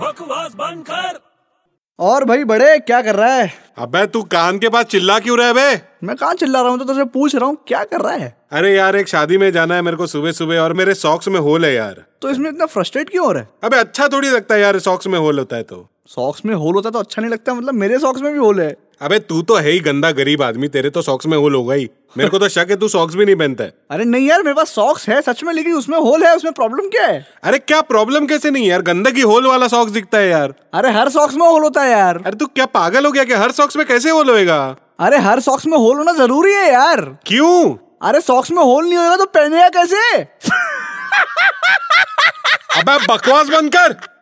बकवास बंद कर और भाई बड़े क्या कर रहा है अबे तू कान के पास चिल्ला क्यों रहा है बे मैं कहाँ चिल्ला रहा हूँ तो तुझसे पूछ रहा हूँ क्या कर रहा है अरे यार एक शादी में जाना है मेरे को सुबह सुबह और मेरे सॉक्स में होल है यार तो इसमें इतना फ्रस्ट्रेट क्यों हो रहा है अबे अच्छा थोड़ी लगता है यार सॉक्स में होल होता है तो सॉक्स में होल होता है तो अच्छा नहीं लगता मतलब मेरे सॉक्स में भी होल है अबे तू तो है ही गंदा गरीब आदमी तेरे तो सॉक्स में होल होगा ही मेरे को तो शक है तू सॉक्स भी नहीं पहनता है अरे नहीं यार मेरे पास सॉक्स है सच में लेकिन उसमें होल है उसमें प्रॉब्लम क्या है अरे क्या प्रॉब्लम कैसे नहीं है यार गंदगी होल वाला सॉक्स दिखता है यार अरे हर सॉक्स में होल होता है यार अरे तू क्या पागल हो गया क्या हर सॉक्स में कैसे होल होएगा अरे हर सॉक्स में होल होना जरूरी है यार क्यों अरे सॉक्स में होल नहीं होगा तो पहनेगा कैसे अबे बकवास बंद कर